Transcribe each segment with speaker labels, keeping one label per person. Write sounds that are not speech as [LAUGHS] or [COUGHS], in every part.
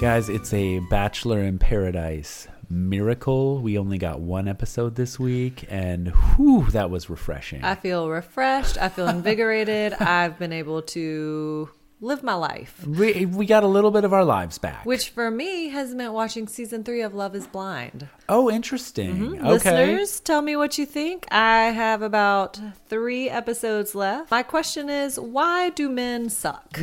Speaker 1: Guys, it's a Bachelor in Paradise miracle. We only got one episode this week, and whew, that was refreshing.
Speaker 2: I feel refreshed. I
Speaker 1: [LAUGHS]
Speaker 2: feel invigorated. I've been able to live my life,
Speaker 1: we, we got a little bit of our lives back.
Speaker 2: which for me has meant watching season three of Love is Blind.
Speaker 1: oh, interesting. Okay,
Speaker 2: Mm-hmm. Listeners, tell me what you think. I have about three episodes left. My question is why do
Speaker 1: [LAUGHS]
Speaker 2: men suck?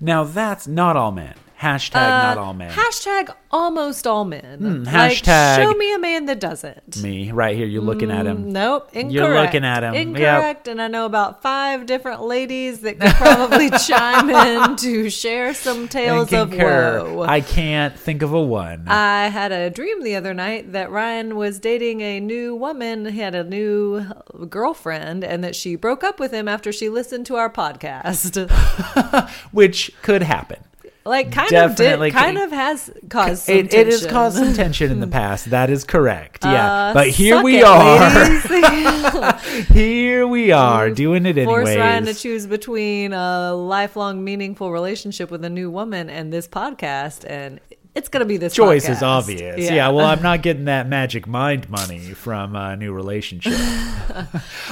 Speaker 1: now that's not all men. Hashtag
Speaker 2: Uh,
Speaker 1: not all men. Hmm,
Speaker 2: Hashtag almost all men.
Speaker 1: hashtag-
Speaker 2: Like, show me a man that doesn't.
Speaker 1: Me right here. You're looking at him.
Speaker 2: Mm, Nope, incorrect.
Speaker 1: You're looking at him. Yep.
Speaker 2: Incorrect, and I know about five different ladies that
Speaker 1: [LAUGHS]
Speaker 2: could probably chime in to share some
Speaker 1: And
Speaker 2: tales of
Speaker 1: concur.
Speaker 2: woe. Uh,
Speaker 1: I can't think of a one.
Speaker 2: I had a dream the other night that Ryan was dating a new woman. He had a new girlfriend, and that she broke up with him after she listened to our podcast. [LAUGHS]
Speaker 1: which could happen.
Speaker 2: Like, kind
Speaker 1: Definitely.
Speaker 2: of did, kind of has caused some
Speaker 1: It, it has
Speaker 2: tension.
Speaker 1: caused some tension in the past. That is correct. Yeah,
Speaker 2: [LAUGHS] Uh,
Speaker 1: but here
Speaker 2: suck
Speaker 1: we
Speaker 2: it,
Speaker 1: are. [LAUGHS]
Speaker 2: ladies.
Speaker 1: here we are doing it
Speaker 2: Force Ryan to
Speaker 1: anyways.
Speaker 2: choose between a lifelong meaningful relationship with a new woman and this podcast, and it's going to be this
Speaker 1: Choice is
Speaker 2: podcast.
Speaker 1: obvious. Yeah. well, I'm not getting that magic mind money from a new
Speaker 2: [LAUGHS]
Speaker 1: relationship.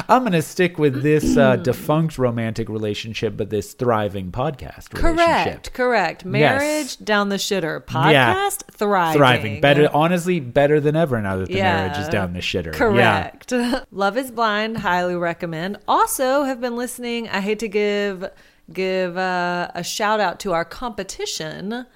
Speaker 1: I'm going to stick with this uh, defunct romantic relationship, but this thriving podcast relationship.
Speaker 2: Correct, correct. Marriage down the shitter. Podcast thriving.
Speaker 1: Thriving. Better, honestly, better than ever now that the marriage is
Speaker 2: Yeah.
Speaker 1: down the shitter. Yeah.
Speaker 2: Correct. [LAUGHS] Love is blind. Highly recommend. Also, have been listening. I hate to give give uh, a shout out to our competition,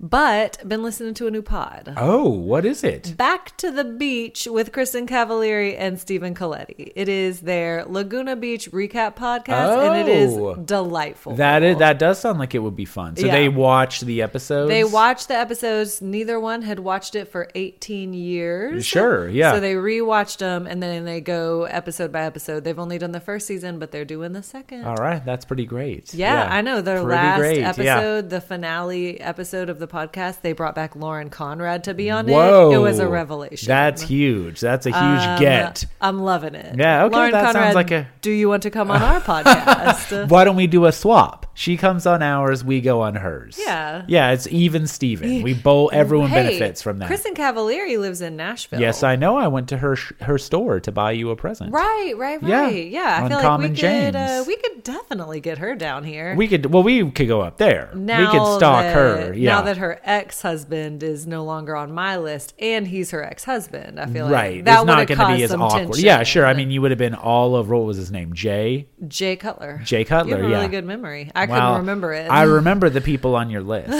Speaker 2: but been listening to a new pod.
Speaker 1: Oh, what is it?
Speaker 2: Back to the beach with Kristen Cavalieri and Stephen Coletti. It is their Laguna Beach recap podcast, and it
Speaker 1: Oh.
Speaker 2: is delightful.
Speaker 1: That is, that does sound like it would be fun. So
Speaker 2: Yeah.
Speaker 1: they watched the episodes.
Speaker 2: They watched the episodes. Neither one had watched it for 18 years.
Speaker 1: Sure, yeah.
Speaker 2: So they rewatched them and then they go episode by episode. They've only done the first season, but they're doing the second.
Speaker 1: All right, that's pretty great.
Speaker 2: Yeah, I know. Their last episode,
Speaker 1: Yeah.
Speaker 2: the finale episode of the podcast, they brought back Lauren Conrad to be on
Speaker 1: Whoa,
Speaker 2: it. It was a revelation. Um,
Speaker 1: That's huge. That's a huge get.
Speaker 2: I'm loving it.
Speaker 1: Yeah, okay,
Speaker 2: Lauren
Speaker 1: that sounds
Speaker 2: Conrad,
Speaker 1: like a-
Speaker 2: Do you want to come on our
Speaker 1: [LAUGHS]
Speaker 2: podcast? Uh,
Speaker 1: Why don't we do a swap? She comes on ours, we go on hers.
Speaker 2: Yeah.
Speaker 1: yeah. It's even Steven.
Speaker 2: [LAUGHS]
Speaker 1: We both. Everyone
Speaker 2: Hey,
Speaker 1: benefits from that.
Speaker 2: Kristen Cavalieri lives in Nashville.
Speaker 1: yes, I know. I went to her sh- her store to buy you a present.
Speaker 2: Right, right,
Speaker 1: Yeah,
Speaker 2: right. Yeah,
Speaker 1: on
Speaker 2: I feel
Speaker 1: Common
Speaker 2: like we could uh,
Speaker 1: James.
Speaker 2: we could definitely get her down here.
Speaker 1: We could. Well, we could go up there. we could stalk
Speaker 2: that-
Speaker 1: her. Yeah.
Speaker 2: Now that her ex husband is no longer on my list, and he's her ex husband, I feel like
Speaker 1: Right,
Speaker 2: that
Speaker 1: it's not
Speaker 2: would've
Speaker 1: going to be
Speaker 2: caused
Speaker 1: as
Speaker 2: some
Speaker 1: awkward.
Speaker 2: tension.
Speaker 1: Yeah, sure. I mean, you would have been all of what was his name, Jay?
Speaker 2: Jay Cutler.
Speaker 1: Jay Cutler,
Speaker 2: You have a
Speaker 1: yeah.
Speaker 2: really good memory. I
Speaker 1: Wow.
Speaker 2: couldn't remember it. [LAUGHS]
Speaker 1: I remember the people on your list.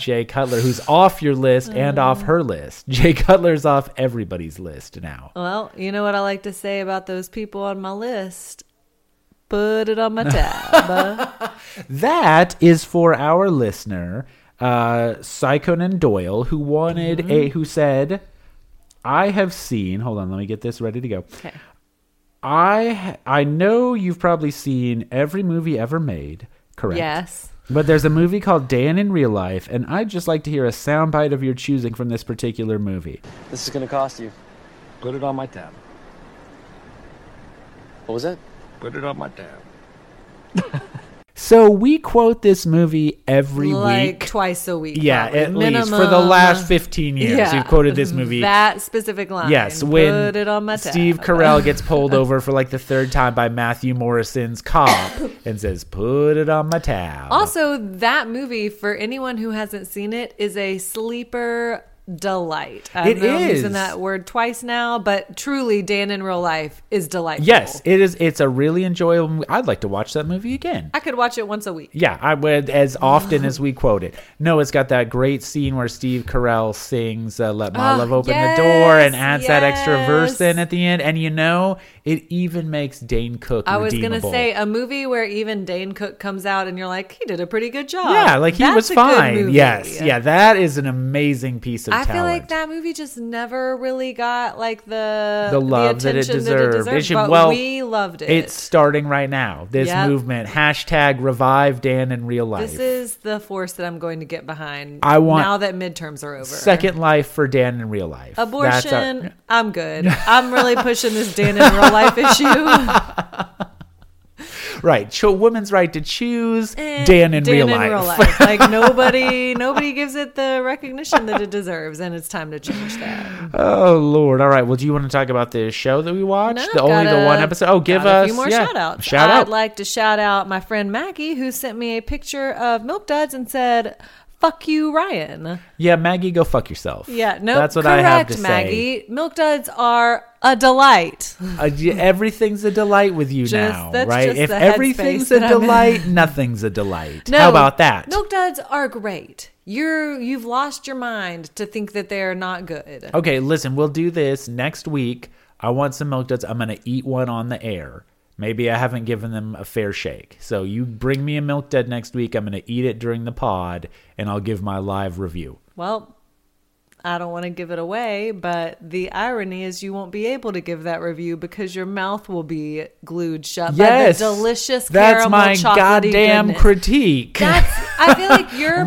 Speaker 1: Jay Cutler, who's off your list and off her list. [LAUGHS] Jay Cutler's off everybody's list now.
Speaker 2: well, you know what I like to say about those people on my list. Put it on
Speaker 1: [LAUGHS]
Speaker 2: my tab.
Speaker 1: That is for our listener, uh, Psychonin Doyle, who wanted a
Speaker 2: Mm-hmm.
Speaker 1: who said, "I have seen." Hold on, let me get this ready to go.
Speaker 2: okay.
Speaker 1: I ha- I know you've probably seen every movie ever made. Correct.
Speaker 2: Yes.
Speaker 1: But there's a movie called Dan in Real Life, and I'd just like to hear a soundbite of your choosing from this particular movie.
Speaker 3: This is gonna cost you.
Speaker 4: Put it on my tab.
Speaker 3: What was that?
Speaker 4: Put it on my tab.
Speaker 1: So we quote this movie every
Speaker 2: like
Speaker 1: week.
Speaker 2: twice a week.
Speaker 1: yeah,
Speaker 2: probably.
Speaker 1: at least for the
Speaker 2: Minimum. Mm-hmm.
Speaker 1: last 15 years, you've quoted this movie.
Speaker 2: [LAUGHS] That specific line.
Speaker 1: Yes, when
Speaker 2: Put it on my tab.
Speaker 1: Steve Carell
Speaker 2: [LAUGHS]
Speaker 1: gets pulled over for like the third time by Matthew Morrison's
Speaker 2: [COUGHS]
Speaker 1: cop and says, "Put it on my tab."
Speaker 2: Also, that movie for anyone who hasn't seen it is a sleeper delight. I
Speaker 1: It
Speaker 2: know I'm
Speaker 1: is.
Speaker 2: using that word twice now, but truly, Dan in real life is delightful.
Speaker 1: yes, it is. It's a really enjoyable. mo- I'd like to watch that movie again.
Speaker 2: I could watch it once a week.
Speaker 1: Yeah, I would as often as we quote it. No, it's got that great scene where Steve Carell sings uh, "Let My
Speaker 2: Ah,
Speaker 1: Love Open the Door" and
Speaker 2: yes,
Speaker 1: adds that extra verse
Speaker 2: yes.
Speaker 1: in at the end. And you know, it even makes Dane Cook.
Speaker 2: I was gonna
Speaker 1: redeemable.
Speaker 2: say a movie where even Dane Cook comes out and you're like, he did a pretty good job.
Speaker 1: Yeah, like he
Speaker 2: oh, That's
Speaker 1: was
Speaker 2: a good
Speaker 1: fine.
Speaker 2: movie.
Speaker 1: Yes, yeah, that is an amazing piece of
Speaker 2: I
Speaker 1: talent.
Speaker 2: feel like that movie just never really got like the
Speaker 1: the love that it
Speaker 2: attention
Speaker 1: deserved. It should-
Speaker 2: but
Speaker 1: well,
Speaker 2: we loved it.
Speaker 1: It's starting right now. This
Speaker 2: Yep.
Speaker 1: movement hashtag revive Dan in real life.
Speaker 2: this is the force that I'm going to get behind.
Speaker 1: I want-
Speaker 2: now that midterms are over.
Speaker 1: Second life for Dan in real life. That's our-
Speaker 2: abortion.
Speaker 1: [LAUGHS]
Speaker 2: I'm good. I'm really pushing this Dan in real life issue.
Speaker 1: right. Cho- woman's right to choose. [LAUGHS]
Speaker 2: Eh,
Speaker 1: Dan in, real, life.
Speaker 2: Like
Speaker 1: [LAUGHS]
Speaker 2: nobody, nobody gives it the recognition that it deserves, and it's time to change that.
Speaker 1: Oh Lord! All right. Well, do you want to talk about the show that we watched?
Speaker 2: No,
Speaker 1: the only the
Speaker 2: gotta-
Speaker 1: one episode. Oh, give
Speaker 2: got
Speaker 1: us
Speaker 2: a few more
Speaker 1: yeah,
Speaker 2: shout outs.
Speaker 1: Shout
Speaker 2: I'd
Speaker 1: out.
Speaker 2: like to shout out my friend Maggie who sent me a picture of milk duds and said, "Fuck you, Ryan."
Speaker 1: yeah, Maggie, go fuck yourself.
Speaker 2: Yeah, no,
Speaker 1: That's what
Speaker 2: correct,
Speaker 1: I have to say.
Speaker 2: Maggie. Milk duds are a delight.
Speaker 1: Uh, y- everything's a delight with you now,
Speaker 2: that's
Speaker 1: right?
Speaker 2: just
Speaker 1: if
Speaker 2: the headspace
Speaker 1: everything's a
Speaker 2: that I'm in.
Speaker 1: delight, nothing's a delight. How about that?
Speaker 2: Milk duds are great. You're you've lost your mind to think that they're not good.
Speaker 1: Okay, listen, we'll do this next week. I want some milk duds. I'm going to eat one on the air. Maybe I haven't given them a fair shake. So you bring me a milk dud next week. I'm going to eat it during the pod and I'll give my live review.
Speaker 2: Well, I don't want to give it away, but the irony is you won't be able to give that review because your mouth will be glued shut
Speaker 1: yes.
Speaker 2: by the delicious
Speaker 1: That's
Speaker 2: caramel
Speaker 1: my
Speaker 2: chocolatey
Speaker 1: goddamn
Speaker 2: goodness.
Speaker 1: critique.
Speaker 2: That's I feel like your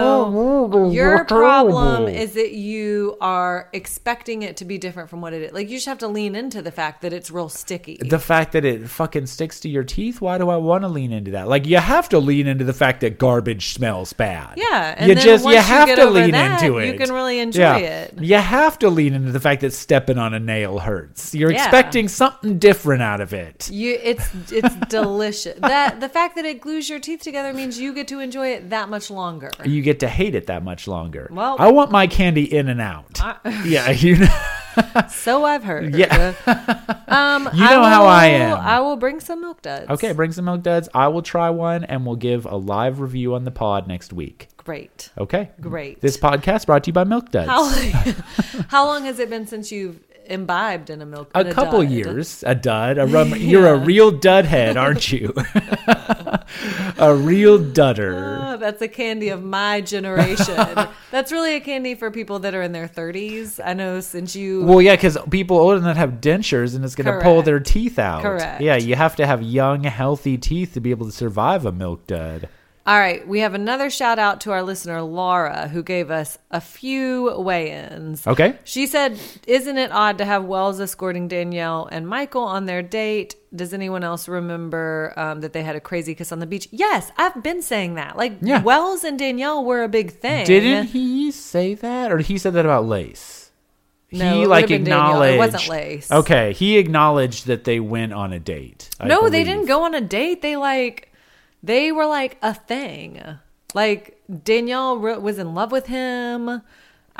Speaker 2: no your problem is that you are expecting it to be different from what it is. Like you just have to lean into the fact that it's real sticky.
Speaker 1: [LAUGHS] the fact that it fucking sticks to your teeth, why do I want to lean into that? Like you have to lean into the fact that garbage smells bad.
Speaker 2: Yeah, and then once you get over that, you can really enjoy it.
Speaker 1: You have to lean into the fact that stepping on a nail hurts. You're
Speaker 2: Yeah.
Speaker 1: expecting something different out of it.
Speaker 2: you it's it's [LAUGHS] delicious. That the fact that it glues your teeth together means you get to enjoy it that much longer.
Speaker 1: You get to hate it that much longer.
Speaker 2: Well-
Speaker 1: I want my candy in and out. [LAUGHS]
Speaker 2: [LAUGHS]
Speaker 1: yeah, you know,
Speaker 2: So I've heard.
Speaker 1: Yeah. [LAUGHS]
Speaker 2: um,
Speaker 1: You know how I
Speaker 2: will-
Speaker 1: am.
Speaker 2: I will bring some milk duds.
Speaker 1: okay. Bring some milk duds. I will try one, and we'll give a live review on the pod next week.
Speaker 2: Great.
Speaker 1: Okay,
Speaker 2: Great.
Speaker 1: This podcast brought to you by Milk Duds.
Speaker 2: How [LAUGHS] how long has it been since you've imbibed in a milk? in
Speaker 1: a couple
Speaker 2: dud?
Speaker 1: years a
Speaker 2: [LAUGHS]
Speaker 1: dud a rum, you're a real dud head aren't you [LAUGHS] a real dudder
Speaker 2: Oh, that's a candy of my
Speaker 1: [LAUGHS]
Speaker 2: generation. that's really a candy for people that are in their 30s. I know since you
Speaker 1: well yeah because people older than that have dentures and it's going to pull
Speaker 2: Oh. Correct.
Speaker 1: their teeth out
Speaker 2: Correct.
Speaker 1: yeah you have to have young healthy teeth to be able to survive a milk dud
Speaker 2: All right, we have another shout out to our listener Laura who gave us a few weigh-ins.
Speaker 1: okay
Speaker 2: She said, "Isn't it odd to have Wells escorting Danielle and Michael on their date? Does anyone else remember um, that they had a crazy kiss on the beach?" Yes, I've been saying that. Like
Speaker 1: Yeah.
Speaker 2: Wells and Danielle were a big thing.
Speaker 1: didn't he say that or he said that about lace
Speaker 2: No, it
Speaker 1: he
Speaker 2: would
Speaker 1: like
Speaker 2: have been Danielle.
Speaker 1: acknowledged
Speaker 2: It wasn't Lace.
Speaker 1: okay he acknowledged that they went on a date I
Speaker 2: no, they
Speaker 1: believe.
Speaker 2: didn't go on a date. They like they were like a thing. Like Danielle re- was in love with him.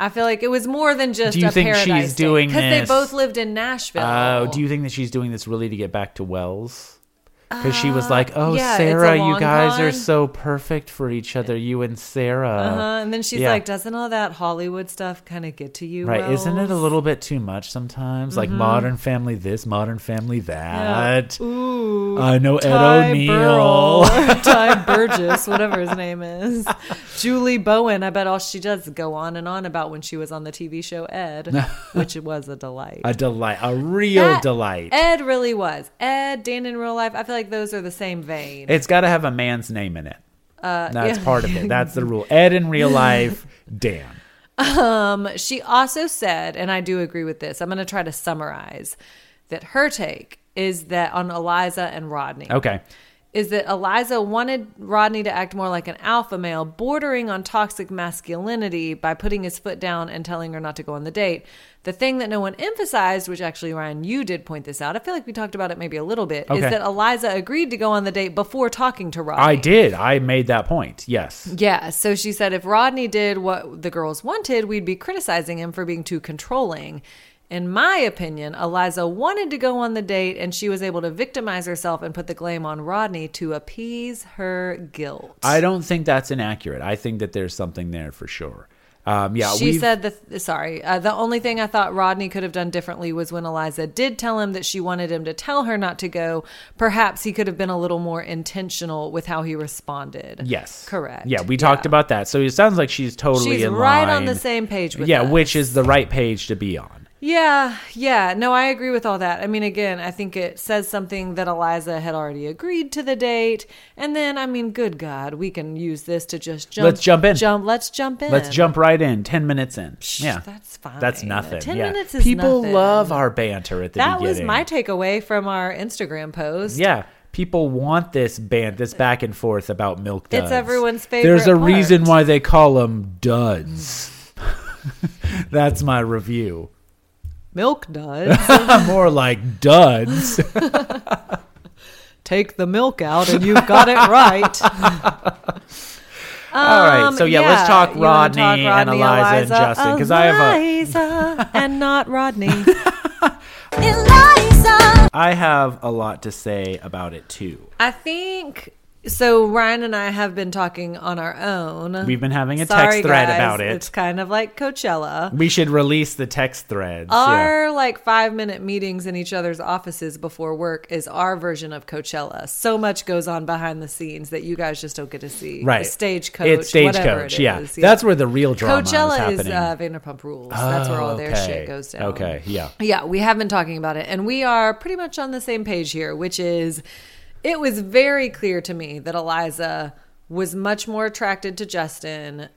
Speaker 2: I feel like it was more than just.
Speaker 1: Do you
Speaker 2: a
Speaker 1: think she's doing
Speaker 2: because they
Speaker 1: this-
Speaker 2: both lived in Nashville?
Speaker 1: Oh, do you think that she's doing this really to get back to Wells? Because she was like, "Oh,
Speaker 2: Uh, yeah, it's a
Speaker 1: Sarah, you
Speaker 2: long
Speaker 1: guys are
Speaker 2: con."
Speaker 1: so perfect for each other, you and Sarah."
Speaker 2: Uh, and then she's
Speaker 1: yeah.
Speaker 2: like, "Doesn't all that Hollywood stuff kind of get to you?"
Speaker 1: Right? Isn't it a
Speaker 2: Wells?" Mm-hmm.
Speaker 1: little bit too much sometimes? Like Modern Family, this Modern Family, that.
Speaker 2: Ooh,
Speaker 1: I know Ed
Speaker 2: Ty
Speaker 1: [LAUGHS]
Speaker 2: Burrell,
Speaker 1: O'Neill.
Speaker 2: Ty Burgess, whatever his name is, Julie Bowen. I bet all she does is go on and on about when she was on the TV
Speaker 1: [LAUGHS]
Speaker 2: show Ed, which was a delight.
Speaker 1: A delight, a real
Speaker 2: That-
Speaker 1: delight.
Speaker 2: Ed really was. Ed, Dan in real life. I feel like those are the same vein.
Speaker 1: it's got to have a man's name in it.
Speaker 2: Uh,
Speaker 1: That's
Speaker 2: yeah.
Speaker 1: part of
Speaker 2: [LAUGHS]
Speaker 1: it. That's the rule. Ed in real life, Dan.
Speaker 2: Um, she also said, and I do agree with this. I'm going to try to summarize that her take is that on Eliza and Rodney.
Speaker 1: Okay.
Speaker 2: is that Eliza wanted Rodney to act more like an alpha male, bordering on toxic masculinity by putting his foot down and telling her not to go on the date. The thing that no one emphasized, which actually, Ryan, you did point this out, I feel like we talked about it maybe a little bit, is
Speaker 1: Okay.
Speaker 2: that Eliza agreed to go on the date before talking to Rodney.
Speaker 1: I did. I made that point. Yes.
Speaker 2: Yeah. So she said if Rodney did what the girls wanted, we'd be criticizing him for being too controlling. In my opinion, Eliza wanted to go on the date and she was able to victimize herself and put the blame on Rodney to appease her guilt.
Speaker 1: I don't think that's inaccurate. I think that there's something there for sure. Um, yeah,
Speaker 2: she
Speaker 1: we've-
Speaker 2: said, the, sorry, uh, the only thing I thought Rodney could have done differently was when Eliza did tell him that she wanted him to tell her not to go. Perhaps he could have been a little more intentional with how he responded.
Speaker 1: Yes.
Speaker 2: Correct.
Speaker 1: Yeah, we talked about that. So it sounds like she's totally
Speaker 2: She's
Speaker 1: in
Speaker 2: right
Speaker 1: line.
Speaker 2: on the same page with
Speaker 1: Yeah,
Speaker 2: us.
Speaker 1: which is the right page to be on.
Speaker 2: Yeah, yeah. No, I agree with all that. I mean, again, I think it says something that Eliza had already agreed to the date. And then, I mean, good God, we can use this to just jump.
Speaker 1: Let's jump in.
Speaker 2: Jump, let's jump in.
Speaker 1: Let's jump right in. Ten minutes in.
Speaker 2: Psh,
Speaker 1: yeah,
Speaker 2: that's fine.
Speaker 1: That's nothing.
Speaker 2: 10
Speaker 1: yeah.
Speaker 2: minutes is
Speaker 1: People
Speaker 2: nothing.
Speaker 1: love our banter at the
Speaker 2: That
Speaker 1: beginning.
Speaker 2: was my takeaway from our Instagram post.
Speaker 1: Yeah. People want this band, this back and forth about milk duds.
Speaker 2: It's everyone's favorite
Speaker 1: There's a
Speaker 2: part.
Speaker 1: reason why they call them duds. [LAUGHS] That's my review.
Speaker 2: Milk does.
Speaker 1: [LAUGHS] More like duds.
Speaker 2: Take the milk out and you've got it right.
Speaker 1: [LAUGHS] All right, so
Speaker 2: Um,
Speaker 1: yeah, let's talk
Speaker 2: you wanna
Speaker 1: Rodney and Eliza and Justin, 'cause I have a-
Speaker 2: Eliza and
Speaker 1: [LAUGHS]
Speaker 2: not Rodney.
Speaker 1: I have a lot to say about it too.
Speaker 2: I think so. Ryan and I have been talking on our own.
Speaker 1: We've been having a
Speaker 2: Sorry,
Speaker 1: text thread
Speaker 2: guys,
Speaker 1: about it.
Speaker 2: It's kind of like Coachella.
Speaker 1: We should release the text threads.
Speaker 2: Our like five minute meetings in each other's offices before work is our version of Coachella. So much goes on behind the scenes that you guys just don't get to see.
Speaker 1: yeah. right.
Speaker 2: the stagecoach,
Speaker 1: It's
Speaker 2: whatever
Speaker 1: stagecoach.
Speaker 2: it
Speaker 1: yeah.
Speaker 2: is,
Speaker 1: that's where the real drama is
Speaker 2: Coachella
Speaker 1: happening. Oh,
Speaker 2: is, uh, Vanderpump Rules. That's where all their
Speaker 1: okay.
Speaker 2: shit goes down.
Speaker 1: Okay, yeah.
Speaker 2: Yeah, we have been talking about it, and we are pretty much on the same page here, which is it was very clear to me that Eliza was much more attracted to Justin,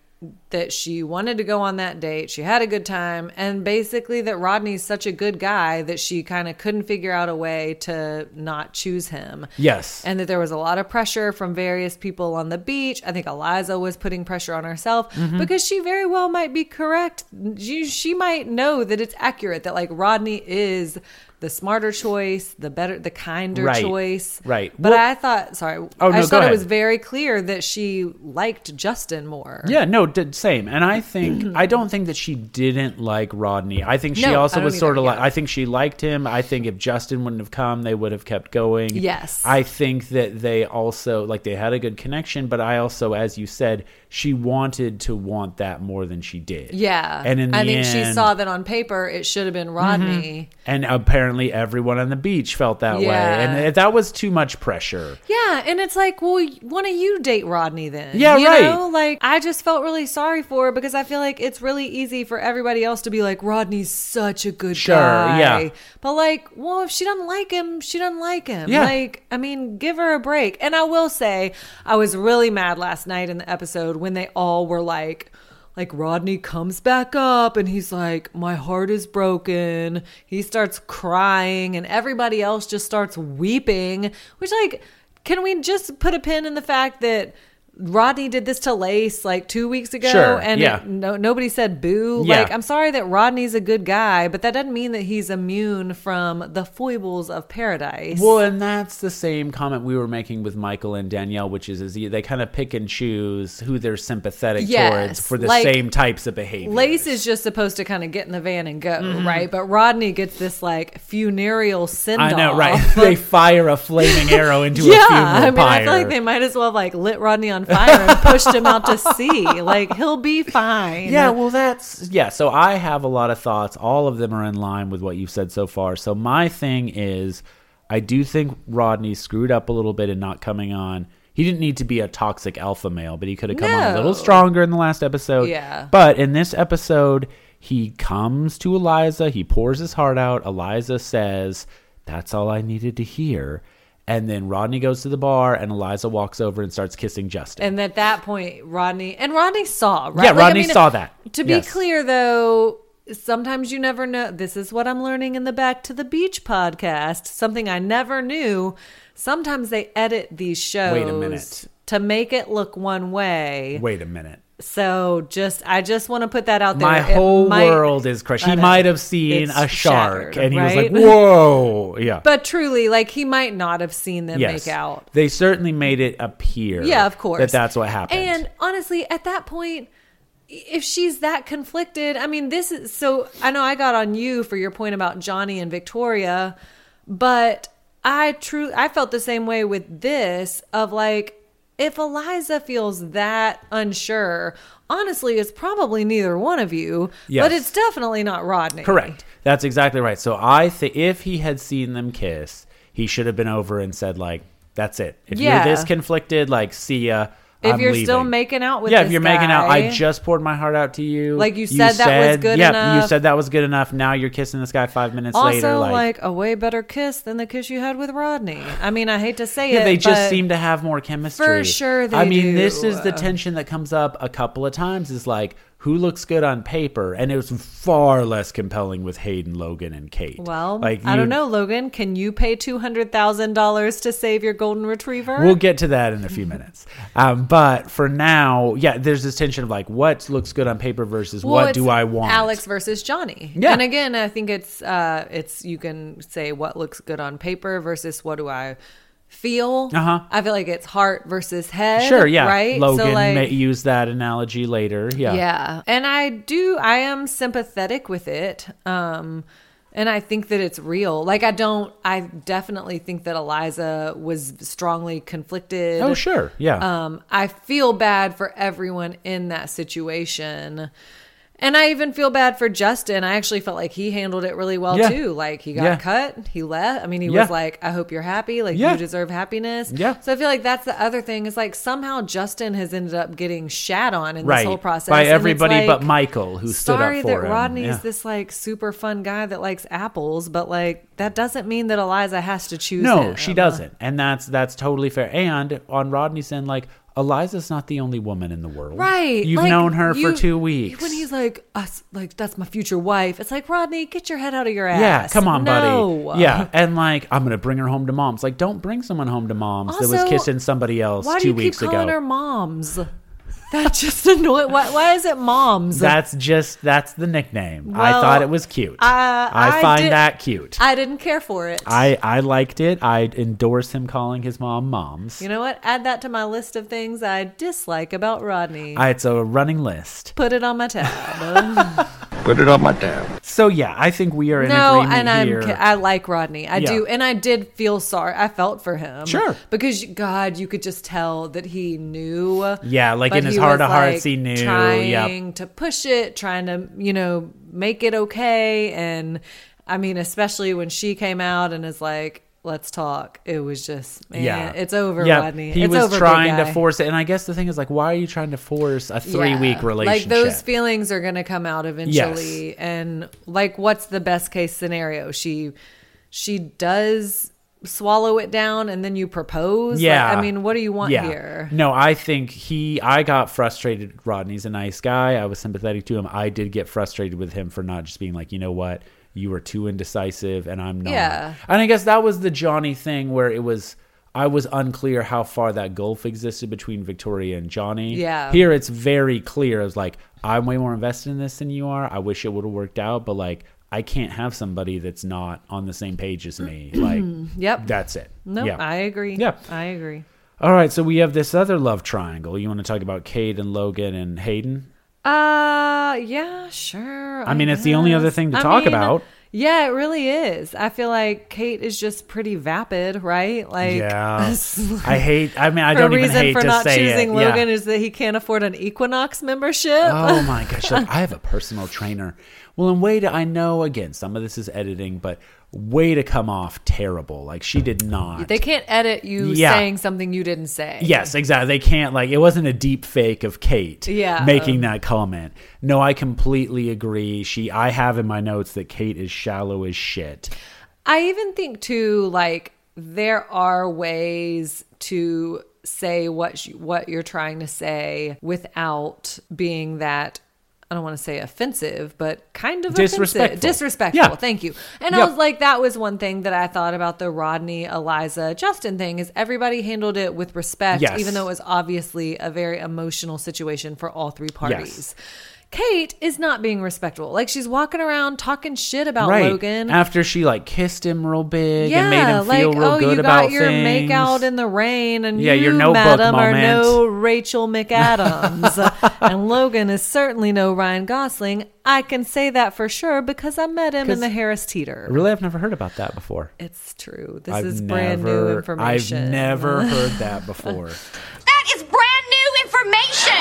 Speaker 2: that she wanted to go on that date, she had a good time, and basically that Rodney's such a good guy that she kind of couldn't figure out a way to not choose him.
Speaker 1: yes.
Speaker 2: And that there was a lot of pressure from various people on the beach. I think Eliza was putting pressure on herself
Speaker 1: Mm-hmm.
Speaker 2: because she very well might be correct. She, she might know that it's accurate that like Rodney is the smarter choice, the better, the kinder
Speaker 1: Right.
Speaker 2: choice.
Speaker 1: Right.
Speaker 2: But
Speaker 1: Well-
Speaker 2: I thought, sorry,
Speaker 1: Oh, no,
Speaker 2: I just
Speaker 1: go
Speaker 2: thought
Speaker 1: ahead.
Speaker 2: it was very clear that she liked Justin more.
Speaker 1: Yeah, no, did, same. And I think I don't think that she didn't like Rodney. I think she
Speaker 2: Mm-hmm. No, I
Speaker 1: also
Speaker 2: don't
Speaker 1: was
Speaker 2: either,
Speaker 1: sort of like
Speaker 2: yeah.
Speaker 1: I think she liked him. I think if Justin wouldn't have come, they would have kept going.
Speaker 2: Yes.
Speaker 1: I think that they also like they had a good connection, but I also as you said, she wanted to want that more than she did.
Speaker 2: Yeah.
Speaker 1: And in the
Speaker 2: I think she
Speaker 1: end- Mm-hmm.
Speaker 2: saw that on paper it should have been Rodney.
Speaker 1: And apparently everyone on the beach felt that
Speaker 2: Yeah.
Speaker 1: way. And that was too much pressure.
Speaker 2: Yeah, and it's like, well, why don't you date Rodney then?
Speaker 1: Yeah,
Speaker 2: you
Speaker 1: right.
Speaker 2: Know? Like, I just felt really sorry for her because I feel like it's really easy for everybody else to be like, Rodney's such a good
Speaker 1: Sure,
Speaker 2: guy.
Speaker 1: yeah.
Speaker 2: But like, well, if she doesn't like him, she doesn't like him.
Speaker 1: Yeah.
Speaker 2: Like, I mean, give her a break. And I will say, I was really mad last night in the episode when they all were like. Like Rodney comes back up and he's like, My heart is broken. He starts crying and everybody else just starts weeping. Which, like, can we just put a pin in the fact that Rodney did this to Lace like two weeks ago?
Speaker 1: Sure,
Speaker 2: and
Speaker 1: yeah.
Speaker 2: it- no, nobody said boo.
Speaker 1: Yeah.
Speaker 2: Like, I'm sorry that Rodney's a good guy, but that doesn't mean that he's immune from the foibles of paradise.
Speaker 1: Well, and that's the same comment we were making with Michael and Danielle, which is, is they kind of pick and choose who they're sympathetic
Speaker 2: Yes,
Speaker 1: towards for the
Speaker 2: like,
Speaker 1: same types of behavior.
Speaker 2: Lace is just supposed to kind of get in the van and go,
Speaker 1: Mm-hmm.
Speaker 2: right? But Rodney gets this like funereal send
Speaker 1: I
Speaker 2: off.
Speaker 1: know, right? [LAUGHS]
Speaker 2: [LAUGHS]
Speaker 1: they fire a flaming arrow into
Speaker 2: yeah,
Speaker 1: a funeral
Speaker 2: I mean,
Speaker 1: pyre.
Speaker 2: I feel like they might as well have, like lit Rodney on fire and pushed him out to sea. Like he'll be
Speaker 1: [LAUGHS]
Speaker 2: fine.
Speaker 1: yeah, well, that's yeah. So I have a lot of thoughts. All of them are in line with what you've said so far. So my thing is, I do think Rodney screwed up a little bit in not coming on. He didn't need to be a toxic alpha male, but he could have come on a
Speaker 2: No.
Speaker 1: little stronger in the last episode.
Speaker 2: Yeah.
Speaker 1: But in this episode, he comes to Eliza. He pours his heart out. Eliza says, "That's all I needed to hear." And then Rodney goes to the bar, and Eliza walks over and starts kissing Justin.
Speaker 2: And at that point, Rodney and Rodney saw, right?
Speaker 1: Yeah,
Speaker 2: I
Speaker 1: Rodney saw that.
Speaker 2: To be
Speaker 1: Yes.
Speaker 2: clear, though, sometimes you never know. This is what I'm learning in the Back to the Beach podcast. Something I never knew Sometimes they edit these shows
Speaker 1: Wait a minute.
Speaker 2: to make it look one way.
Speaker 1: Wait a minute.
Speaker 2: So just I just want to put that out there.
Speaker 1: My
Speaker 2: It
Speaker 1: whole
Speaker 2: might-
Speaker 1: world is crushed.
Speaker 2: I
Speaker 1: He
Speaker 2: know.
Speaker 1: might have seen
Speaker 2: It's
Speaker 1: a shark
Speaker 2: shattered,
Speaker 1: and he
Speaker 2: right?
Speaker 1: was
Speaker 2: [LAUGHS]
Speaker 1: like, whoa. Yeah.
Speaker 2: But truly, like he might not have seen them
Speaker 1: yes.
Speaker 2: make out.
Speaker 1: They certainly made it appear
Speaker 2: Yeah, of course.
Speaker 1: that that's what happened.
Speaker 2: And honestly, at that point, if she's that conflicted, I mean, this is so. I know I got on you for your point about Johnny and Victoria, but I truly, I felt the same way with this of like, if Eliza feels that unsure, honestly, it's probably neither one of you,
Speaker 1: Yes.
Speaker 2: but it's definitely not Rodney.
Speaker 1: Correct. That's exactly right. So I think if he had seen them kiss, he should have been over and said like, "That's it. If
Speaker 2: Yeah.
Speaker 1: you're this conflicted, like, see ya.
Speaker 2: If
Speaker 1: I'm
Speaker 2: you're still
Speaker 1: leaving."
Speaker 2: making out with
Speaker 1: yeah, if
Speaker 2: this
Speaker 1: you're making out, I
Speaker 2: guy-
Speaker 1: just poured my heart out to you.
Speaker 2: Like, you said that was good
Speaker 1: yeah,
Speaker 2: enough.
Speaker 1: you said that was good enough. Now you're kissing this guy five minutes
Speaker 2: Also,
Speaker 1: later.
Speaker 2: like,
Speaker 1: Like,
Speaker 2: a way better kiss than the kiss you had with Rodney. I mean, I hate to say
Speaker 1: yeah,
Speaker 2: it.
Speaker 1: they
Speaker 2: but-
Speaker 1: just seem to have more chemistry.
Speaker 2: sure they
Speaker 1: I mean, this
Speaker 2: do.
Speaker 1: is the tension that comes up a couple of times. Is like who looks good on paper, and it was far less compelling with Hayden, Logan, and Kate.
Speaker 2: Well,
Speaker 1: like
Speaker 2: I don't
Speaker 1: you-
Speaker 2: know, Logan. Can you pay two hundred thousand dollars to save your golden retriever?
Speaker 1: We'll get to that in a few
Speaker 2: [LAUGHS]
Speaker 1: minutes. Um, but for now, yeah, there's this tension of like what looks good on paper versus
Speaker 2: Well,
Speaker 1: what do
Speaker 2: it's
Speaker 1: I want.
Speaker 2: Alex versus Johnny.
Speaker 1: Yeah.
Speaker 2: And again, I think it's uh, it's you can say what looks good on paper versus what do I feel.
Speaker 1: Uh-huh.
Speaker 2: I feel like it's heart versus head.
Speaker 1: sure, yeah,
Speaker 2: right.
Speaker 1: Logan
Speaker 2: so like,
Speaker 1: may use that analogy later. Yeah,
Speaker 2: yeah. And I do. I am sympathetic with it. Um. And I think that it's real. Like I don't. I definitely think that Eliza was strongly conflicted.
Speaker 1: Oh, sure, yeah.
Speaker 2: um, I feel bad for everyone in that situation. And I even feel bad for Justin. I actually felt like he handled it really well
Speaker 1: Yeah.
Speaker 2: too. Like he got
Speaker 1: Yeah.
Speaker 2: cut, he left. I mean, he
Speaker 1: Yeah.
Speaker 2: was like, I hope you're happy. Like
Speaker 1: Yeah.
Speaker 2: you deserve happiness.
Speaker 1: Yeah.
Speaker 2: So I feel like that's the other thing is like somehow Justin has ended up getting shat on in
Speaker 1: Right.
Speaker 2: this whole process.
Speaker 1: By
Speaker 2: And it's
Speaker 1: everybody
Speaker 2: like,
Speaker 1: but Michael, who stood up
Speaker 2: sorry
Speaker 1: for
Speaker 2: that
Speaker 1: him.
Speaker 2: Rodney's
Speaker 1: Yeah.
Speaker 2: this like super fun guy that likes apples, but like that doesn't mean that Eliza has to choose.
Speaker 1: no,
Speaker 2: him.
Speaker 1: she doesn't, and that's that's totally fair. And on Rodney's end, like Eliza's not the only woman in the world.
Speaker 2: Right.
Speaker 1: you've
Speaker 2: like,
Speaker 1: known her
Speaker 2: you-
Speaker 1: for two weeks.
Speaker 2: When he's like, us, like that's my future wife. It's like Rodney, get your head out of your ass.
Speaker 1: Yeah, come on,
Speaker 2: No.
Speaker 1: buddy. Yeah, and like I'm gonna bring her home to mom's. Like, don't bring someone home to mom's that was
Speaker 2: Also,
Speaker 1: kissing somebody else
Speaker 2: Why
Speaker 1: two
Speaker 2: do you
Speaker 1: weeks
Speaker 2: keep calling
Speaker 1: ago.
Speaker 2: her moms? That just [LAUGHS] annoys. Why, why is it moms?
Speaker 1: That's just that's the nickname. I
Speaker 2: Well,
Speaker 1: thought it was cute.
Speaker 2: I-
Speaker 1: I,
Speaker 2: I
Speaker 1: find
Speaker 2: did-
Speaker 1: that cute. I,
Speaker 2: I didn't care for it.
Speaker 1: I liked it. I endorse him calling his mom moms.
Speaker 2: you know what? Add that to my list of things I dislike about Rodney.
Speaker 1: I, it's a running list.
Speaker 2: Put it on
Speaker 1: [LAUGHS]
Speaker 2: my tab.
Speaker 3: Put it on my tab.
Speaker 1: So yeah, I think we are in
Speaker 2: no,
Speaker 1: agreement
Speaker 2: and I'm
Speaker 1: here.
Speaker 2: ki- I like Rodney. I
Speaker 1: Yeah.
Speaker 2: do, and I did feel sorry. I felt for him.
Speaker 1: Sure.
Speaker 2: because God, you could just tell that he knew.
Speaker 1: Yeah, like
Speaker 2: but
Speaker 1: in his
Speaker 2: he
Speaker 1: heart
Speaker 2: was,
Speaker 1: of hearts,
Speaker 2: like,
Speaker 1: he knew. Yep.
Speaker 2: Trying to push it, trying to you know make it okay, and I mean, especially when she came out and is like. Let's talk. It was just, man,
Speaker 1: yeah,
Speaker 2: Eh, it's over,
Speaker 1: Yeah,
Speaker 2: Rodney.
Speaker 1: He
Speaker 2: it's
Speaker 1: was
Speaker 2: over, big
Speaker 1: trying
Speaker 2: guy.
Speaker 1: to force it, and I guess the thing is, like, why are you trying to force a three-week
Speaker 2: Yeah.
Speaker 1: relationship?
Speaker 2: Like those feelings are going to come out eventually, and like, what's the best case scenario? She she does swallow it down, and then you propose. Like,
Speaker 1: Yeah.
Speaker 2: I mean, what do you want
Speaker 1: Yeah.
Speaker 2: here?
Speaker 1: No, I think he, I got frustrated. Rodney's a nice guy. I was sympathetic to him. I did get frustrated with him for not just being like, you know what? You were too indecisive and I'm not.
Speaker 2: Yeah.
Speaker 1: And I guess that was the Johnny thing where it was, I was unclear how far that gulf existed between Victoria and Johnny.
Speaker 2: Yeah.
Speaker 1: Here it's very clear. It was like, I'm way more invested in this than you are. I wish it would have worked out, but like, I can't have somebody that's not on the same page as me. Like,
Speaker 2: [CLEARS THROAT] Yep.
Speaker 1: that's it.
Speaker 2: no,
Speaker 1: Yeah.
Speaker 2: I agree.
Speaker 1: Yeah.
Speaker 2: I agree.
Speaker 1: All right, so we have this other love triangle. You want to talk about Cade and Logan and Hayden?
Speaker 2: Uh, yeah, sure.
Speaker 1: I mean, it's the only other
Speaker 2: guess.
Speaker 1: thing to talk about.
Speaker 2: Yeah, it really is. I feel like Kate is just pretty vapid, right? Like, [LAUGHS]
Speaker 1: I hate. I mean, I
Speaker 2: her
Speaker 1: don't even
Speaker 2: reason
Speaker 1: hate
Speaker 2: for
Speaker 1: to
Speaker 2: not
Speaker 1: say
Speaker 2: choosing
Speaker 1: it.
Speaker 2: Logan
Speaker 1: yeah.
Speaker 2: is that he can't afford an Equinox membership. [LAUGHS]
Speaker 1: Oh my gosh! Like, I have a personal trainer. Well, and way to I know again. Some of this is editing, but way to come off terrible. Like she did not.
Speaker 2: They can't edit you
Speaker 1: Yeah.
Speaker 2: saying something you didn't say.
Speaker 1: Yes, exactly. They can't like it wasn't a deep fake of Kate
Speaker 2: Yeah.
Speaker 1: making that comment. No, I completely agree. She I have in my notes that Kate is shallow as shit.
Speaker 2: I even think too like there are ways to say what you, what you're trying to say without being that I don't want to say offensive, but kind of
Speaker 1: Disrespectful.
Speaker 2: offensive. disrespectful.
Speaker 1: Yeah.
Speaker 2: Thank you. And
Speaker 1: Yeah.
Speaker 2: I was like, that was one thing that I thought about the Rodney, Eliza, Justin thing is everybody handled it with respect,
Speaker 1: Yes.
Speaker 2: even though it was obviously a very emotional situation for all three parties. Kate is not being respectful. Like she's walking around talking shit about Logan.
Speaker 1: After she like kissed him real big and made him feel
Speaker 2: like
Speaker 1: real
Speaker 2: oh,
Speaker 1: good
Speaker 2: you
Speaker 1: about
Speaker 2: got your
Speaker 1: things.
Speaker 2: makeout in the rain, and
Speaker 1: Yeah,
Speaker 2: you,
Speaker 1: your notebook
Speaker 2: madam, are
Speaker 1: moment. [LAUGHS]
Speaker 2: no Rachel McAdams, and Logan is certainly no Ryan Gosling. I can say that for sure because I met him in
Speaker 1: 'Cause-
Speaker 2: the Harris Teeter.
Speaker 1: really, I've never heard about that before.
Speaker 2: It's true. This
Speaker 1: I've
Speaker 2: is brand new
Speaker 1: never-
Speaker 2: information.
Speaker 1: I've
Speaker 2: [LAUGHS]
Speaker 1: never heard that before.
Speaker 3: That is brand new information.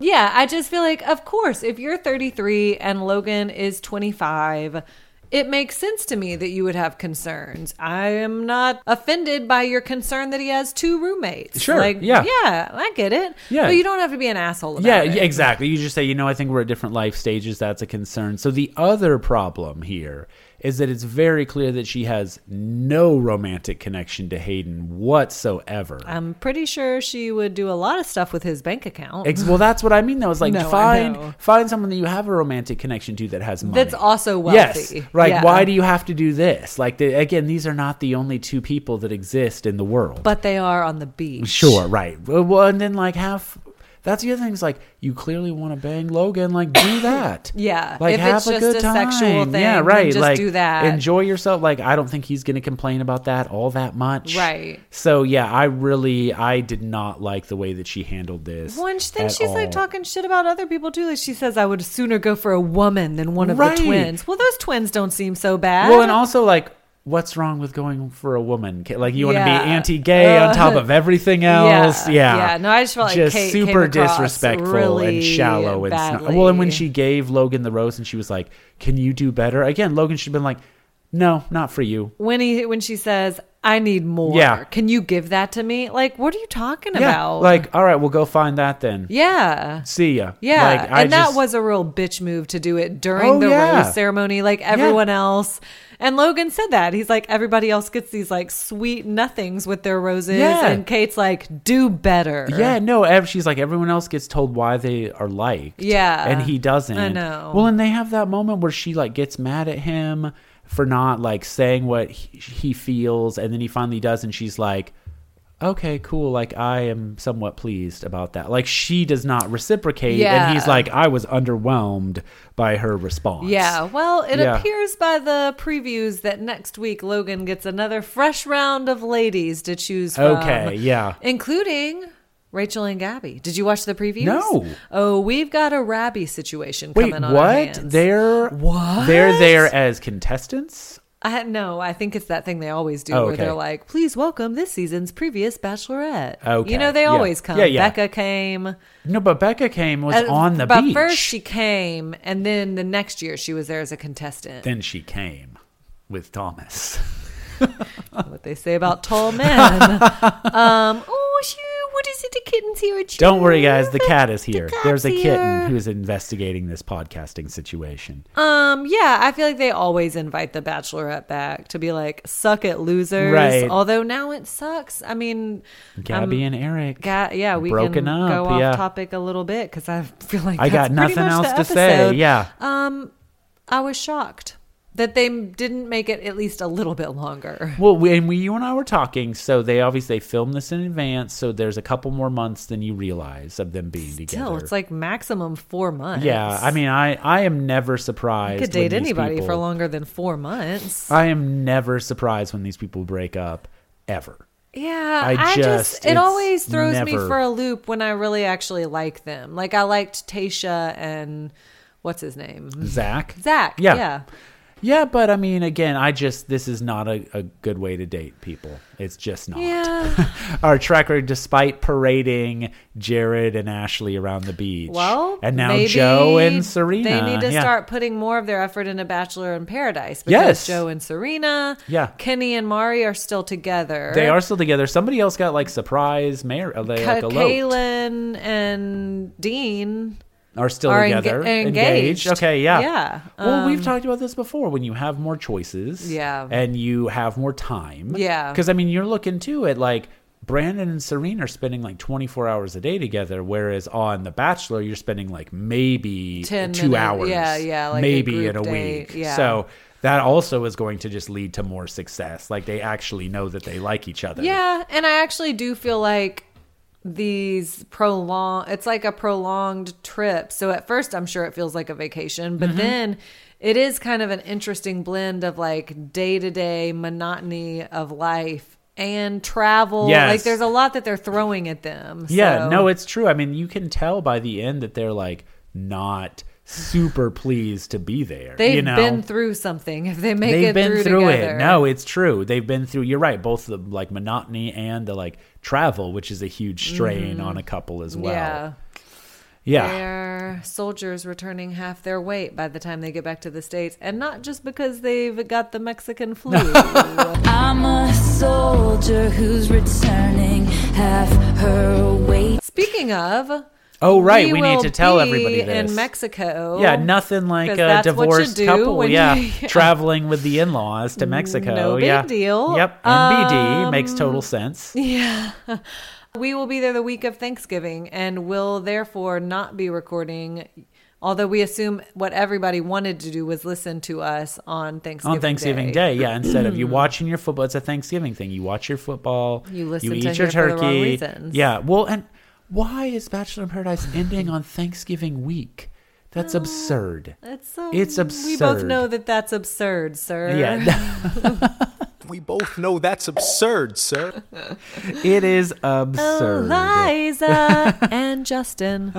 Speaker 2: Yeah, I just feel like, of course, if you're 33 and Logan is 25, it makes sense to me that you would have concerns. I am not offended by your concern that he has two roommates.
Speaker 1: Sure,
Speaker 2: Like,
Speaker 1: yeah.
Speaker 2: yeah, I get it.
Speaker 1: Yeah.
Speaker 2: But you don't have to be an asshole about
Speaker 1: yeah,
Speaker 2: it.
Speaker 1: yeah, exactly. You just say, you know, I think we're at different life stages. That's a concern. So the other problem here is that it's very clear that she has no romantic connection to Hayden whatsoever.
Speaker 2: I'm pretty sure she would do a lot of stuff with his bank account.
Speaker 1: Ex- well, that's what I mean. Though is like
Speaker 2: [LAUGHS] No, I know.
Speaker 1: find find someone that you have a romantic connection to that has money.
Speaker 2: That's also wealthy.
Speaker 1: Yes, right.
Speaker 2: Yeah.
Speaker 1: Why do you have to do this? Like the, again, these are not the only two people that exist in the world.
Speaker 2: but they are on the beach.
Speaker 1: sure, right. Well, well, and then like have. That's the other thing is like you clearly want to bang Logan, like
Speaker 2: [COUGHS]
Speaker 1: do that.
Speaker 2: Yeah.
Speaker 1: like
Speaker 2: if
Speaker 1: have
Speaker 2: it's
Speaker 1: a
Speaker 2: just
Speaker 1: good
Speaker 2: a
Speaker 1: time.
Speaker 2: sexual thing,
Speaker 1: yeah,
Speaker 2: then
Speaker 1: right.
Speaker 2: just
Speaker 1: like
Speaker 2: do that.
Speaker 1: enjoy yourself. Like I don't think he's going to complain about that all that much.
Speaker 2: Right.
Speaker 1: So yeah, I really I did not like the way that she handled this.
Speaker 2: One thing
Speaker 1: at
Speaker 2: she's like
Speaker 1: all.
Speaker 2: talking shit about other people too. Like she says, I would sooner go for a woman than one of
Speaker 1: Right.
Speaker 2: the twins. Well, those twins don't seem so bad.
Speaker 1: Well, and also like, what's wrong with going for a woman? Ca- Like you want to
Speaker 2: Yeah.
Speaker 1: be anti-gay on top of everything else? Yeah,
Speaker 2: yeah. No, I just felt like Kate came
Speaker 1: super
Speaker 2: across
Speaker 1: disrespectful
Speaker 2: really
Speaker 1: and shallow and sno- well. And when
Speaker 2: badly.
Speaker 1: she gave Logan the rose and she was like, "Can you do better?" Again, Logan should have been like, "No, not for you."
Speaker 2: when he when she says, "I need more,"
Speaker 1: Yeah.
Speaker 2: can you give that to me? Like, what are you talking about?
Speaker 1: like all right, we'll go find that then.
Speaker 2: yeah.
Speaker 1: See ya.
Speaker 2: Yeah,
Speaker 1: like,
Speaker 2: and
Speaker 1: I
Speaker 2: that
Speaker 1: just-
Speaker 2: was a real bitch move to do it during
Speaker 1: Oh,
Speaker 2: the
Speaker 1: yeah.
Speaker 2: rose ceremony, like everyone else. And Logan said that he's like everybody else gets these like sweet nothings with their roses,
Speaker 1: Yeah.
Speaker 2: and Kate's like, "Do better."
Speaker 1: Yeah, no. ev- She's like everyone else gets told why they are liked.
Speaker 2: Yeah.
Speaker 1: and he doesn't.
Speaker 2: I know.
Speaker 1: Well, and they have that moment where she like gets mad at him for not like saying what he, he feels, and then he finally does, and she's like. Okay, cool. Like I am somewhat pleased about that. Like she does not reciprocate,
Speaker 2: Yeah.
Speaker 1: and he's like, I was underwhelmed by her response.
Speaker 2: Yeah, well, it
Speaker 1: Yeah.
Speaker 2: appears by the previews that next week Logan gets another fresh round of ladies to choose from.
Speaker 1: Okay, yeah.
Speaker 2: Including Rachel and Gabby. Did you watch the previews?
Speaker 1: No.
Speaker 2: Oh, we've got a Rabby situation
Speaker 1: Wait,
Speaker 2: coming on. our
Speaker 1: what?
Speaker 2: hands.
Speaker 1: They're
Speaker 2: What?
Speaker 1: They're there as contestants.
Speaker 2: I no, I think it's that thing they always do
Speaker 1: Oh,
Speaker 2: where they're
Speaker 1: okay.
Speaker 2: like, "Please welcome this season's previous bachelorette."
Speaker 1: Okay,
Speaker 2: You know they
Speaker 1: yeah.
Speaker 2: always come.
Speaker 1: Yeah, yeah.
Speaker 2: Becca came.
Speaker 1: No, but Becca came was
Speaker 2: Uh,
Speaker 1: on the
Speaker 2: but
Speaker 1: beach.
Speaker 2: first she came and then the next year she was there as a contestant.
Speaker 1: Then she came with Thomas.
Speaker 2: what they say about
Speaker 1: [LAUGHS]
Speaker 2: tall men. um, oh, shoot, what is it? The kitten's here. it's
Speaker 1: Don't worry,
Speaker 2: you.
Speaker 1: guys. The cat is here.
Speaker 2: cat's
Speaker 1: There's a
Speaker 2: here.
Speaker 1: kitten who's investigating this podcasting situation.
Speaker 2: Um, yeah, I feel like they always invite the Bachelorette back to be like, "Suck it, losers."
Speaker 1: Right.
Speaker 2: Although now it sucks. I mean,
Speaker 1: Gabby and Eric.
Speaker 2: Um, ga- yeah, we
Speaker 1: Broken
Speaker 2: can
Speaker 1: up,
Speaker 2: go off
Speaker 1: yeah.
Speaker 2: topic a little bit because I feel like
Speaker 1: I got
Speaker 2: that's pretty
Speaker 1: nothing
Speaker 2: much
Speaker 1: else
Speaker 2: the
Speaker 1: to say.
Speaker 2: episode.
Speaker 1: Yeah.
Speaker 2: Um, I was shocked that they didn't make it at least a little bit longer. [LAUGHS]
Speaker 1: Well, we, and we, you and I were talking, so they obviously they filmed this in advance, so there's a couple more months than you realize of them being together.
Speaker 2: Still, it's like maximum four months.
Speaker 1: yeah, I mean, I I am never
Speaker 2: I
Speaker 1: surprised.
Speaker 2: could
Speaker 1: when
Speaker 2: date
Speaker 1: these
Speaker 2: anybody for
Speaker 1: people-
Speaker 2: longer than four months.
Speaker 1: I am never surprised when these people break up, ever.
Speaker 2: Yeah,
Speaker 1: I
Speaker 2: I just,
Speaker 1: just-
Speaker 2: it
Speaker 1: it's
Speaker 2: always throws me
Speaker 1: never-
Speaker 2: for a loop when I really actually like them. Like I liked Tasha and what's his name?
Speaker 1: Zach.
Speaker 2: Zach.
Speaker 1: Yeah.
Speaker 2: Yeah.
Speaker 1: Yeah, but I mean, again, I just this is not a, a good way to date people. It's just not. [LAUGHS]
Speaker 2: Yeah.
Speaker 1: Our track record, despite parading Jared and Ashley around the beach,
Speaker 2: Well,
Speaker 1: and now
Speaker 2: maybe
Speaker 1: Joe and Serena,
Speaker 2: They need to
Speaker 1: yeah.
Speaker 2: start putting more of their effort into Bachelor in Paradise because
Speaker 1: Yes.
Speaker 2: Joe and Serena,
Speaker 1: Yeah.
Speaker 2: Kenny and Mari are still together.
Speaker 1: They are still together. Somebody else got like surprise married. They
Speaker 2: Ka-
Speaker 1: like eloped.
Speaker 2: Kaylin and Dean.
Speaker 1: are still
Speaker 2: are enga-
Speaker 1: together,
Speaker 2: engaged.
Speaker 1: Okay, yeah,
Speaker 2: Yeah, Um,
Speaker 1: Well, we've talked about this before. When you have more choices,
Speaker 2: Yeah.
Speaker 1: and you have more time,
Speaker 2: Yeah.
Speaker 1: Because I mean, you're looking too at like Brandon and Serene are spending like 24 hours a day together, whereas on The Bachelor, you're spending like maybe
Speaker 2: 10
Speaker 1: two
Speaker 2: minute-
Speaker 1: hours,
Speaker 2: yeah, yeah, like a
Speaker 1: maybe
Speaker 2: group
Speaker 1: in a
Speaker 2: date,
Speaker 1: week.
Speaker 2: yeah.
Speaker 1: So that also is going to just lead to more success. Like they actually know that they like each other.
Speaker 2: Yeah, and I actually do feel like these prolong it's like a prolonged trip. So at first I'm sure it feels like a vacation,
Speaker 1: Mm-hmm.
Speaker 2: but then it is kind of an interesting blend of like day-to-day monotony of life and travel.
Speaker 1: Yes.
Speaker 2: Like there's a lot that they're throwing at them.
Speaker 1: Yeah,
Speaker 2: so-
Speaker 1: no, it's true. I mean, you can tell by the end that they're like not super pleased to be there.
Speaker 2: they've
Speaker 1: you know?
Speaker 2: been through something if they make
Speaker 1: They've
Speaker 2: it
Speaker 1: been
Speaker 2: through,
Speaker 1: through,
Speaker 2: together.
Speaker 1: it. No, it's true. They've been through. You're right. Both the like monotony and the like travel, which is a huge strain on a couple as well.
Speaker 2: Mm-hmm. Yeah.
Speaker 1: Yeah.
Speaker 2: They're soldiers returning half their weight by the time they get back to the States, and not just because they've got the Mexican flu.
Speaker 4: I'm a soldier who's returning half her
Speaker 2: [LAUGHS]
Speaker 4: weight.
Speaker 2: Speaking of,
Speaker 1: Oh right, we, need
Speaker 2: will
Speaker 1: to tell
Speaker 2: be
Speaker 1: everybody this.
Speaker 2: in Mexico.
Speaker 1: Yeah, nothing like
Speaker 2: 'cause
Speaker 1: a
Speaker 2: that's what you
Speaker 1: divorced
Speaker 2: do
Speaker 1: couple.
Speaker 2: when
Speaker 1: Yeah,
Speaker 2: you- [LAUGHS]
Speaker 1: traveling with the in-laws to Mexico.
Speaker 2: No big
Speaker 1: yeah.
Speaker 2: deal. Um,
Speaker 1: Yep, NBD makes total sense.
Speaker 2: Yeah. We will be there the week of Thanksgiving and will therefore not be recording. Although we assume what everybody wanted to do was listen to us on Thanksgiving Mm-hmm.
Speaker 1: on Thanksgiving Day. Yeah, instead of you watching your football, it's a Thanksgiving thing. You watch your football.
Speaker 2: You listen
Speaker 1: You
Speaker 2: to
Speaker 1: eat
Speaker 2: Here
Speaker 1: your
Speaker 2: for the Wrong
Speaker 1: turkey.
Speaker 2: Reasons.
Speaker 1: Yeah. Well, and why is Bachelor in Paradise ending on Thanksgiving week? That's absurd.
Speaker 2: It's, Ah, so,
Speaker 1: It's
Speaker 2: We both
Speaker 1: absurd.
Speaker 2: know that that's absurd, sir.
Speaker 1: Yeah,
Speaker 5: We both know that's absurd, sir.
Speaker 1: [LAUGHS] it is absurd.
Speaker 2: Eliza
Speaker 1: [LAUGHS]
Speaker 2: and Justin.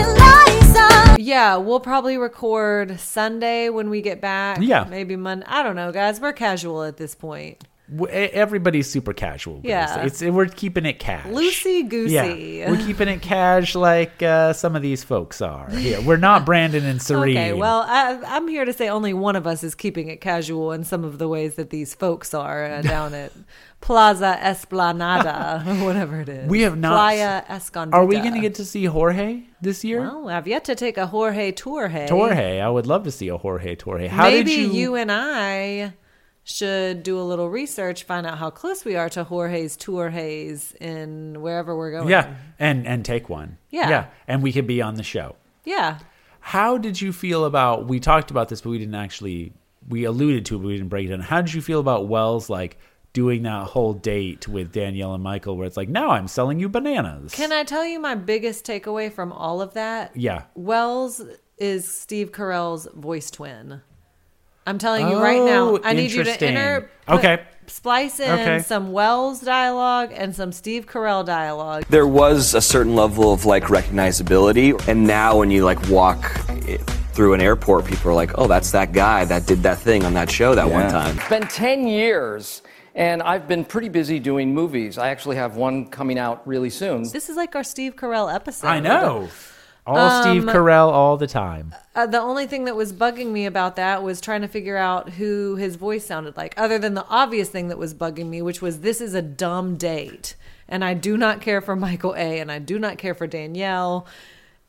Speaker 4: Eliza!
Speaker 2: Yeah, we'll probably record Sunday when we get back.
Speaker 1: Yeah.
Speaker 2: Maybe Monday. I don't know, guys. We're casual at this point.
Speaker 1: W- e- Everybody's super casual. with
Speaker 2: Yeah.
Speaker 1: this. it's we're keeping it cash.
Speaker 2: Loosey-goosey.
Speaker 1: Yeah, we're keeping it cash like uh, some of these folks are. Here, we're not Brandon and Serene.
Speaker 2: [LAUGHS] Okay, well, I, I'm here to say only one of us is keeping it casual in some of the ways that these folks are
Speaker 1: [LAUGHS]
Speaker 2: uh, down at Plaza Esplanada, [LAUGHS] or whatever it is.
Speaker 1: We have not-
Speaker 2: Playa Escondida.
Speaker 1: are we going to get to see Jorge this year?
Speaker 2: Well, I've yet to take a Jorge tour. Hey,
Speaker 1: Torre. I would love to see a Jorge Torre. How
Speaker 2: Maybe
Speaker 1: did you?
Speaker 2: and I should do a little research, find out how close we are to Jorge's Torres in wherever we're going.
Speaker 1: yeah, and and take one.
Speaker 2: Yeah.
Speaker 1: yeah, and we could be on the show.
Speaker 2: Yeah.
Speaker 1: How did you feel about? We talked about this, but we didn't actually. We alluded to it, but we didn't break it down. How did you feel about Wells like doing that whole date with Danielle and Michael, where it's like, now I'm selling you bananas.
Speaker 2: Can I tell you my biggest takeaway from all of that?
Speaker 1: Yeah.
Speaker 2: Wells is Steve Carell's voice twin. I'm telling you right now,
Speaker 1: Oh,
Speaker 2: I need you to
Speaker 1: interesting.
Speaker 2: enter.
Speaker 1: Okay.
Speaker 2: Splice in
Speaker 1: Okay.
Speaker 2: some Wells dialogue and some Steve Carell dialogue.
Speaker 6: there was a certain level of like recognizability and now when you like walk i- through an airport people are like oh that's that guy that did that thing on that show that one time
Speaker 7: been 10 years and I've been pretty busy doing movies. I actually have one coming out really soon.
Speaker 2: This is like our Steve Carell episode.
Speaker 1: I know. All Steve Carell all the time.
Speaker 2: Uh, the only thing that was bugging me about that was trying to figure out who his voice sounded like, other than the obvious thing that was bugging me, which was this is a dumb date. And I do not care for Michael A. And I do not care for Danielle.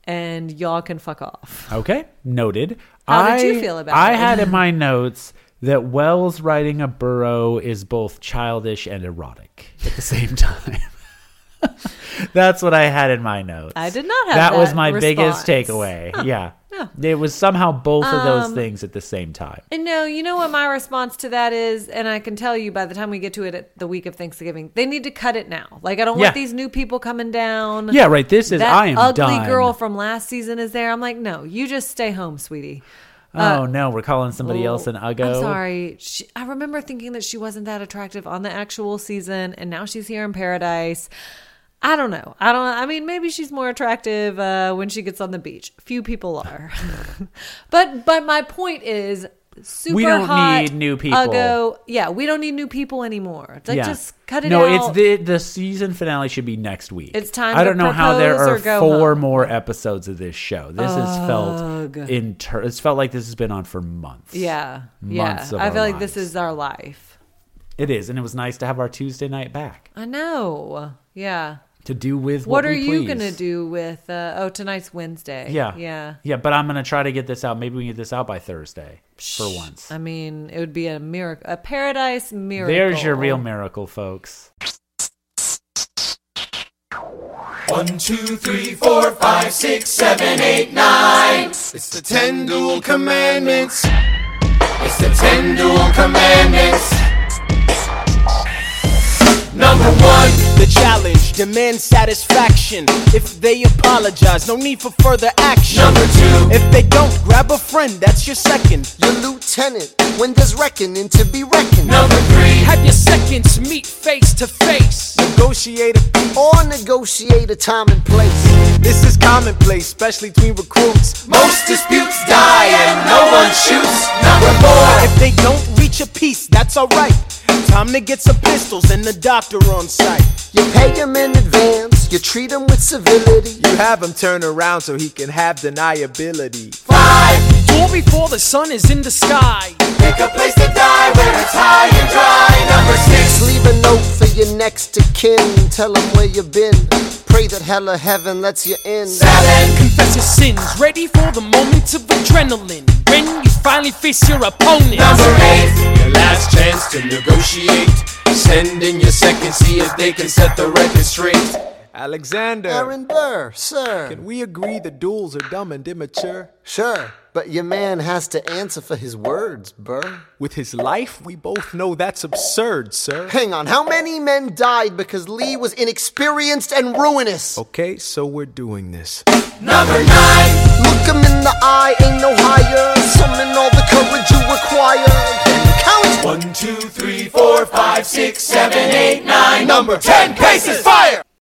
Speaker 2: And y'all can fuck off.
Speaker 1: Okay, noted.
Speaker 2: How
Speaker 1: I,
Speaker 2: did you feel about
Speaker 1: I
Speaker 2: it?
Speaker 1: had
Speaker 2: [LAUGHS]
Speaker 1: in my notes that Wells writing a burrow is both childish and erotic at the same [LAUGHS] time. That's what I had in my notes.
Speaker 2: I did not have that
Speaker 1: was my biggest
Speaker 2: response. Oh. Um,
Speaker 1: takeaway. Yeah. It was somehow both of those things at the same time.
Speaker 2: And no, you know what my response to that is, and I can tell you by the time we get to it at the week of Thanksgiving, they need to cut it now. Like I don't
Speaker 1: Yeah.
Speaker 2: want these new people coming down.
Speaker 1: Yeah, right. This is
Speaker 2: that
Speaker 1: I am
Speaker 2: ugly
Speaker 1: done.
Speaker 2: girl from last season is there. I'm like, no, you just stay home, sweetie.
Speaker 1: Oh no, we're calling somebody else an
Speaker 2: uh, Oh,
Speaker 1: uggo.
Speaker 2: I'm sorry. She, I remember thinking that she wasn't that attractive on the actual season, and now she's here in paradise. I don't know. I don't. I mean, maybe she's more attractive uh, when she gets on the beach. Few people are, [LAUGHS] but but my point is, super
Speaker 1: don't
Speaker 2: hot,
Speaker 1: need new people.
Speaker 2: uggo- yeah, we don't need new people anymore. Like,
Speaker 1: Yeah.
Speaker 2: just cut it
Speaker 1: no,
Speaker 2: out.
Speaker 1: it's the the season finale should be next week.
Speaker 2: It's time
Speaker 1: I
Speaker 2: to
Speaker 1: don't know how there
Speaker 2: propose or
Speaker 1: are
Speaker 2: go
Speaker 1: four
Speaker 2: home.
Speaker 1: more episodes of this show. This has felt inter- It's felt like this has been on for months.
Speaker 2: yeah, yeah.
Speaker 1: months of
Speaker 2: I
Speaker 1: our
Speaker 2: feel like this
Speaker 1: lives.
Speaker 2: is our life.
Speaker 1: it is, and it was nice to have our Tuesday night back
Speaker 2: I know. Yeah.
Speaker 1: to do with
Speaker 2: What,
Speaker 1: what,
Speaker 2: are
Speaker 1: we
Speaker 2: you
Speaker 1: please.
Speaker 2: gonna do with? Uh, oh, tonight's Wednesday.
Speaker 1: Yeah,
Speaker 2: yeah.
Speaker 1: yeah. But I'm gonna try to get this out. Maybe we can get this out by Thursday for once.
Speaker 2: I mean, it would be a miracle, a paradise miracle.
Speaker 1: There's your real miracle, folks.
Speaker 8: One, two, three, four, five, six, seven, eight, nine. It's the ten dual commandments. It's the ten dual commandments. Number one.
Speaker 9: The challenge demands satisfaction. If they apologize, no need for further action.
Speaker 8: Number two.
Speaker 9: If they don't, grab a friend, that's your second.
Speaker 10: Your lieutenant, when there's reckoning to be reckoned.
Speaker 8: Number three.
Speaker 9: Have your seconds meet face to face. Negotiate a
Speaker 10: or negotiate a time and place.
Speaker 9: This is commonplace, especially between recruits.
Speaker 8: Most disputes die and no one shoots. Number four.
Speaker 9: If they don't reach a peace, that's alright. Time to get some pistols and the doctor on site.
Speaker 10: You pay him in advance, you treat him with civility.
Speaker 11: You have him turn around so he can have deniability.
Speaker 8: Five.
Speaker 9: Do it before the sun is in the sky.
Speaker 8: Pick a place to die where it's high and dry. Number six.
Speaker 10: Leave a note for your next to kin. Tell him where you've been. Pray that hell or heaven lets you in.
Speaker 8: Seven.
Speaker 9: Confess your sins, ready for the moment of adrenaline. When you finally face your opponent.
Speaker 8: Number eight.
Speaker 9: Your
Speaker 8: last chance to negotiate. Send in your second, see if they can set the record straight.
Speaker 11: Alexander.
Speaker 10: Aaron Burr, sir.
Speaker 11: Can we agree the duels are dumb and immature?
Speaker 10: Sure, but your man has to answer for his words, Burr.
Speaker 11: With his life, we both know that's absurd, sir.
Speaker 10: Hang on, how many men died because Lee was inexperienced and ruinous?
Speaker 11: Okay, so we're doing this.
Speaker 8: Number nine.
Speaker 10: Look him in the eye, ain't no higher. Summon all the courage you require. Then count.
Speaker 8: One, two, three, four, five, six, seven, eight, nine. Number ten. Paces fire.